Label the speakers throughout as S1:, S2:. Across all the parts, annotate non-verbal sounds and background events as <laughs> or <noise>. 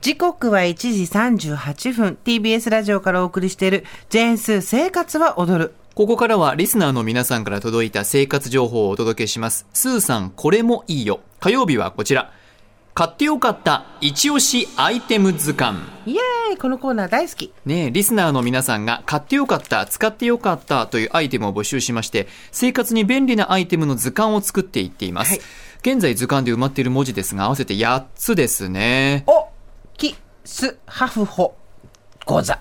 S1: 時刻は1時38分 TBS ラジオからお送りしている「ジェーンスー生活は踊る」
S2: ここからはリスナーの皆さんから届いた生活情報をお届けします。スーさん、これもいいよ。火曜日はこちら。買ってよかった、一押しアイテム図鑑。
S1: イエーイこのコーナー大好き
S2: ねえ、リスナーの皆さんが買ってよかった、使ってよかったというアイテムを募集しまして、生活に便利なアイテムの図鑑を作っていっています。
S1: はい
S2: 現在図鑑で埋まっている文字ですが、合わせて8つですね。
S1: おきすはふほござ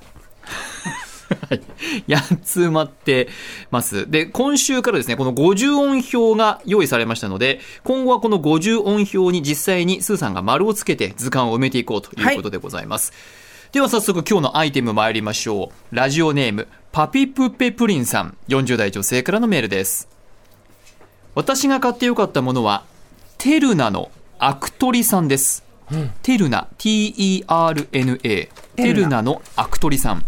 S2: はい。8つ <laughs> 埋まってます。で、今週からですね、この50音表が用意されましたので、今後はこの50音表に実際にスーさんが丸をつけて図鑑を埋めていこうということでございます。では早速今日のアイテム参りましょう。ラジオネーム、パピプペプリンさん、40代女性からのメールです。私が買ってよかったものは、テルナのアクトリさんです。テルナ、T-E-R-N-A、テルナのアクトリさん。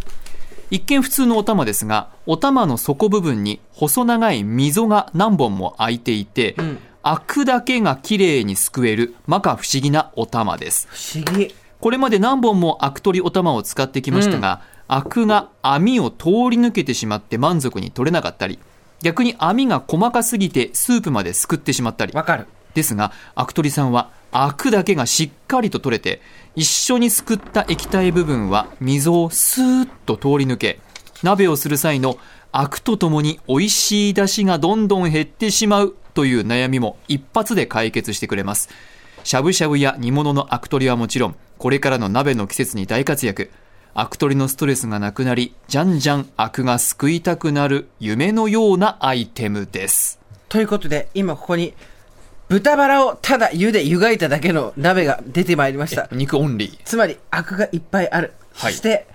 S2: 一見普通のお玉ですがお玉の底部分に細長い溝が何本も開いていて、
S1: ん
S2: 開くだけが綺麗にすくえる摩訶不思議なお玉です
S1: 不思議
S2: これまで何本もアク取りお玉を使ってきましたが、アクが網を通り抜けてしまって満足に取れなかったり逆に網が細かすぎてスープまですくってしまったり
S1: わかる
S2: ですがアクトリさんはアクだけがしっかりと取れて一緒にすくった液体部分は溝をスーッと通り抜け鍋をする際のアクとともに美味しい出汁がどんどん減ってしまうという悩みも一発で解決してくれますしゃぶしゃぶや煮物のアク取りはもちろんこれからの鍋の季節に大活躍アク取りのストレスがなくなりじゃんじゃんアクがすくいたくなる夢のようなアイテムです
S1: ということで今ここに豚バラをただ湯で湯がいただけの鍋が出てまいりました
S2: 肉オンリー
S1: つまりアクがいっぱいある、
S2: はい
S1: そして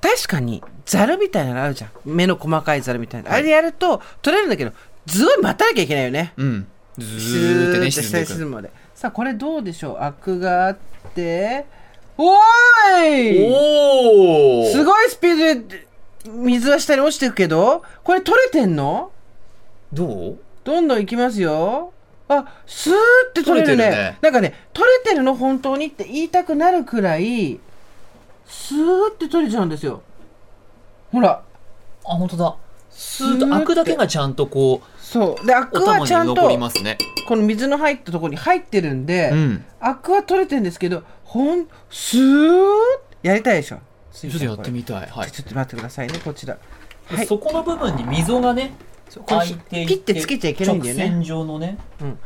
S1: 確かにザルみたいなのあるじゃん目の細かいザルみたいな、あれやると取れるんだけどずごい待たなきゃいけないよね
S2: うん。ず
S1: ずーっ
S2: ーっ
S1: てて
S2: ね、
S1: ね
S2: 沈ん
S1: 下
S2: で
S1: に
S2: い
S1: 沈
S2: く。
S1: むまでさあこれどうでしょうアクがあっておーい
S2: お
S1: すごいスピードで水は下に落ちていくけどこれ取れてんの
S2: どう
S1: どんどん行きますよ。あ、スーって取れるね。
S2: 取れてるね
S1: なんかね、取れてるの本当にって言いたくなるくらい、スーって取れちゃうんですよ。ほら、
S2: あ、本当だ。スー
S1: スー
S2: ッ
S1: ッ
S2: と、
S1: て
S2: アクだけがちゃんとこ
S1: そう。で、ア
S2: う、お
S1: クは
S2: 玉
S1: ちゃ
S2: に
S1: ん
S2: 残り
S1: と、
S2: ますね。
S1: この水の入ったところに入ってるんで、
S2: うん。
S1: アクは取れてるんですけど、ほん、スーってやりたいでしょ。ち
S2: ちょっとやってみたい。はい。
S1: ちょっと待ってくださいね、こちら。はい。
S2: そこの部分に溝がね、
S1: これ
S2: 開いてい
S1: ピッてつけちゃいけないんだよね
S2: 直線状のね。
S1: うん。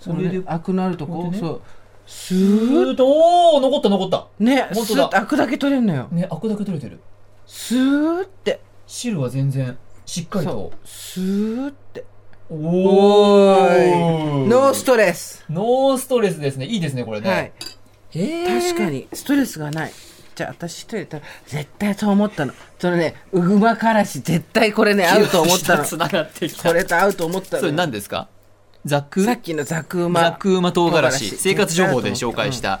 S1: そ
S2: これ
S1: の
S2: で
S1: ね、アクのあると
S2: こうや
S1: こ
S2: っ、てね
S1: そう。ス
S2: ず
S1: ー
S2: ーっと、おー、残った残った。
S1: ね、
S2: 本
S1: ス
S2: 当
S1: ー
S2: だ
S1: ってアクだけ取れるのよ。
S2: ね、アクだけ取れてる。
S1: スーって。
S2: 汁は全然、しっかりと
S1: そ。うスーって
S2: お
S1: ーノース
S2: ト
S1: トレス、
S2: ノーストレスですね。いいですね、これね。
S1: はい
S2: えー。
S1: 確かにストレスがないじゃあ私一人でたら絶対そう思ったのそのねうぐまからし絶対これね合うと思ったの
S2: つながってきた。
S1: これと合うと思った
S2: それ
S1: の
S2: 何ですかザク
S1: さっきのザクウマ
S2: ザクウマ唐辛
S1: 唐
S2: 子
S1: 辛子
S2: 生活情報で紹介した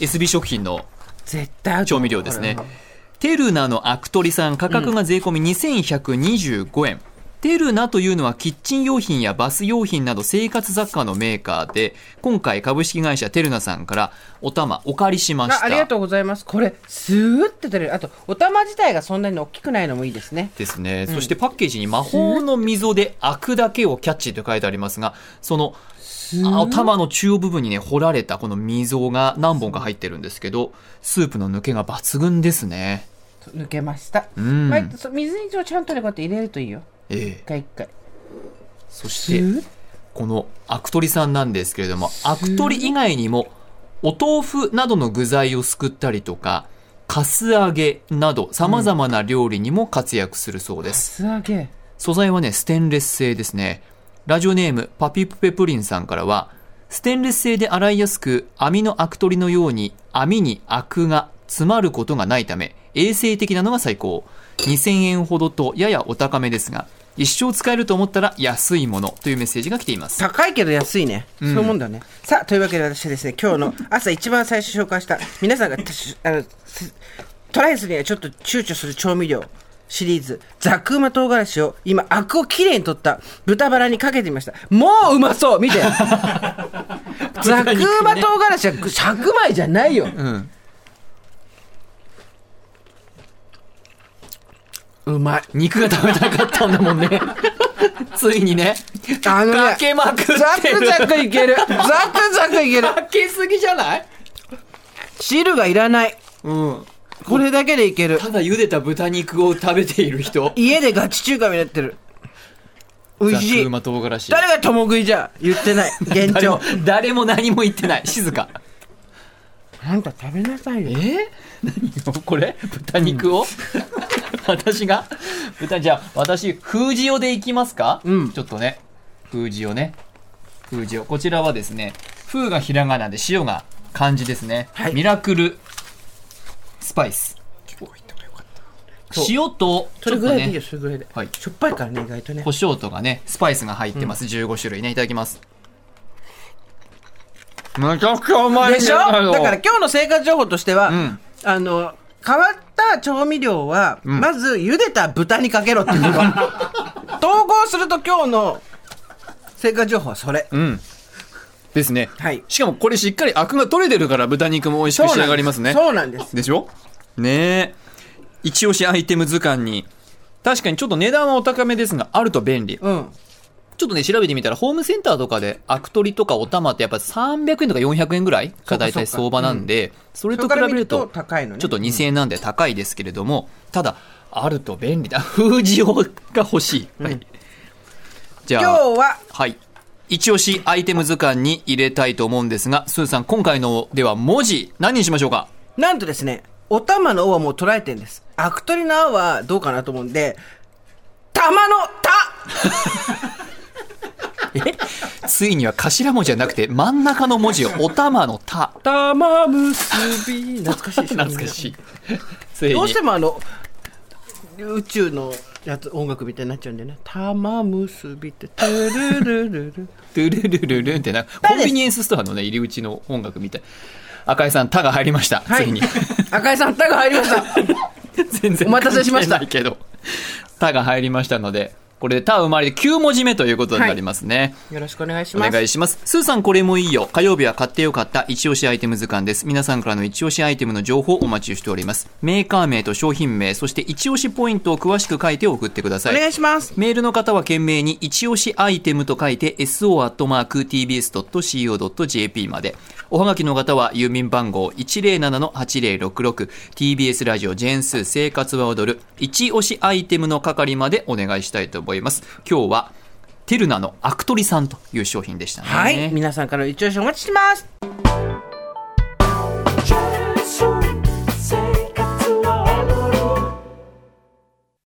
S2: SB 食品の
S1: 絶対合うと
S2: 調
S1: 思う
S2: 味料ですね
S1: これは
S2: テルナのアクトリさん価格が税込み2125円、テルナというのはキッチン用品やバス用品など生活雑貨のメーカーで今回株式会社テルナさんからお玉お借りしまし
S1: あ
S2: た
S1: ありがとうございますこれスーって取れるあとお玉自体がそんなに大きくないのもいいですね
S2: ですね、そしてパッケージに魔法の溝で開くだけをキャッチと書いてありますがそのあ頭の中央部分にね掘られたこの溝が何本か入ってるんですけどスープの抜けが抜群ですね
S1: 抜けました、
S2: うん、
S1: まあそう水にちゃんとねこうやって入れるといいよ
S2: え
S1: 一
S2: え
S1: 回一回
S2: そ
S1: ス
S2: して
S1: ー
S2: このアク取りさんなんですけれどもアク取り以外にもお豆腐などの具材をすくったりとかかす揚げなどさまざまな料理にも活躍するそうです、
S1: 素揚げ
S2: 素材はね、ステンレス製ですね。ラジオネーム、パピプペプリンさんからは、ステンレス製で洗いやすく、網のアク取りのように、網にアクが詰まることがないため、衛生的なのが最高。2000円ほどと、ややお高めですが、一生使えると思ったら安いものというメッセージが来ています。
S1: 高いけど安いね、そういうもんだねさあというわけで私はですね今日の朝一番最初紹介した皆さんがたしあのすトライするにはちょっと躊躇する調味料シリーズザクウマ唐辛子を今アクをきれいに取った豚バラにかけてみましたもううまそう
S2: <laughs>
S1: 見てザクウマ唐辛子は100枚じゃないよ、
S2: うん。
S1: うまい。
S2: 肉が食べたかったんだもんね <laughs> ついにね
S1: あの
S2: か
S1: ね、
S2: けまくってる
S1: ザクザクいけ
S2: <laughs>
S1: る。ザクザクいける。
S2: かけすぎじゃない
S1: 汁がいらない。
S2: うん
S1: これだけでいける。
S2: ただ茹でた豚肉を食べている人
S1: 家でガチ中華になってる。美味し
S2: ザ
S1: い
S2: クウ。マ唐辛子
S1: 誰が共食いじゃ言ってない。 <laughs> 現
S2: 誰も
S1: 状。
S2: 誰も何も言ってない静か
S1: なんか食べなさい
S2: え
S1: よ。
S2: ー、何をこれ豚肉を、 <laughs> 私が豚じゃあ私封じ用でいきますか、
S1: うん
S2: ちょっとね封じ用ね封じ用こちらはですね封がひらがなで塩が漢字ですね、
S1: はい
S2: ミラクルスパイス
S1: そう
S2: 塩と
S1: それぐらいでいいよ、それぐらいで。
S2: はい
S1: しょっぱいからね、意外とね
S2: 胡。椒とかねスパイスが入ってます、15種類ねいただきますめちゃくちゃうま
S1: でしょだから今日の生活情報としては、
S2: うん
S1: あの、変わった調味料は、まず茹でた豚にかけろっていうのが
S2: <laughs>
S1: 統合すると今日の生活情報はそれ。
S2: うんですね
S1: はい。
S2: しかもこれしっかりアクが取れてるから豚肉も美味しく仕上がりますね
S1: そうなんです。
S2: でしょねえ一押しアイテム図鑑に確かにちょっと値段はお高めですがあると便利
S1: うん。
S2: ちょっとね調べてみたらホームセンターとかでアク取りとかお玉ってやっぱ300円とか400円ぐらいが大体相場なんでそれと比べる
S1: そ
S2: と
S1: こから見高いのね。
S2: ちょっと2000円なんで高いですけれども、ただあると便利だ <laughs> 封じ用が欲しい、はいじ
S1: 今
S2: ゃ
S1: 日
S2: あ
S1: は、
S2: はい一押しアイテム図鑑に入れたいと思うんですがスーさん今回のでは文字何にしましょうか
S1: なんとですね、お玉の「お」はもう捉えてんです。アク取りの「あ」はどうかなと思うんで、玉の「た」
S2: ついには頭文字じゃなくて真ん中の文字 <laughs> をお玉の「た」
S1: 玉結び。懐かしいでしょ
S2: 懐かしいつい
S1: どうして
S2: に
S1: もあの宇宙のやつ音楽みたいになっちゃうんだよね「玉結び」って「トゥルルルル
S2: ドゥルルルルンってなコンビニエンスストアのね入り口の音楽みたい赤井さん「た」が入りました、」
S1: は
S2: つい
S1: い
S2: に
S1: 赤井さん「た」が入りました
S2: <laughs> 全然
S1: お待たせしました
S2: 関係ないけど「 <laughs> た」が入りましたのでこれで「た」生まれて9文字目ということになりますね、
S1: よろしくお願いし
S2: お
S1: ます
S2: 願いしますスーさんこれもいいよ火曜日は買ってよかった一押しアイテム図鑑です皆さんからの一押しアイテムの情報をお待ちしておりますメーカー名と商品名そして一押しポイントを詳しく書いて送ってくださ
S1: お
S2: い
S1: 願いします
S2: メールの方は懸命に一押しアイテムと書いて so.tbs.co.jp まで。おはがきの方は郵便番号 107-8066TBS ラジオジェーンスー生活は踊る一押しアイテムの係までお願いしたいと思います。今日はテルナのアクトリさんという商品でしたね。
S1: はい皆さんからの一押しお待ちしてます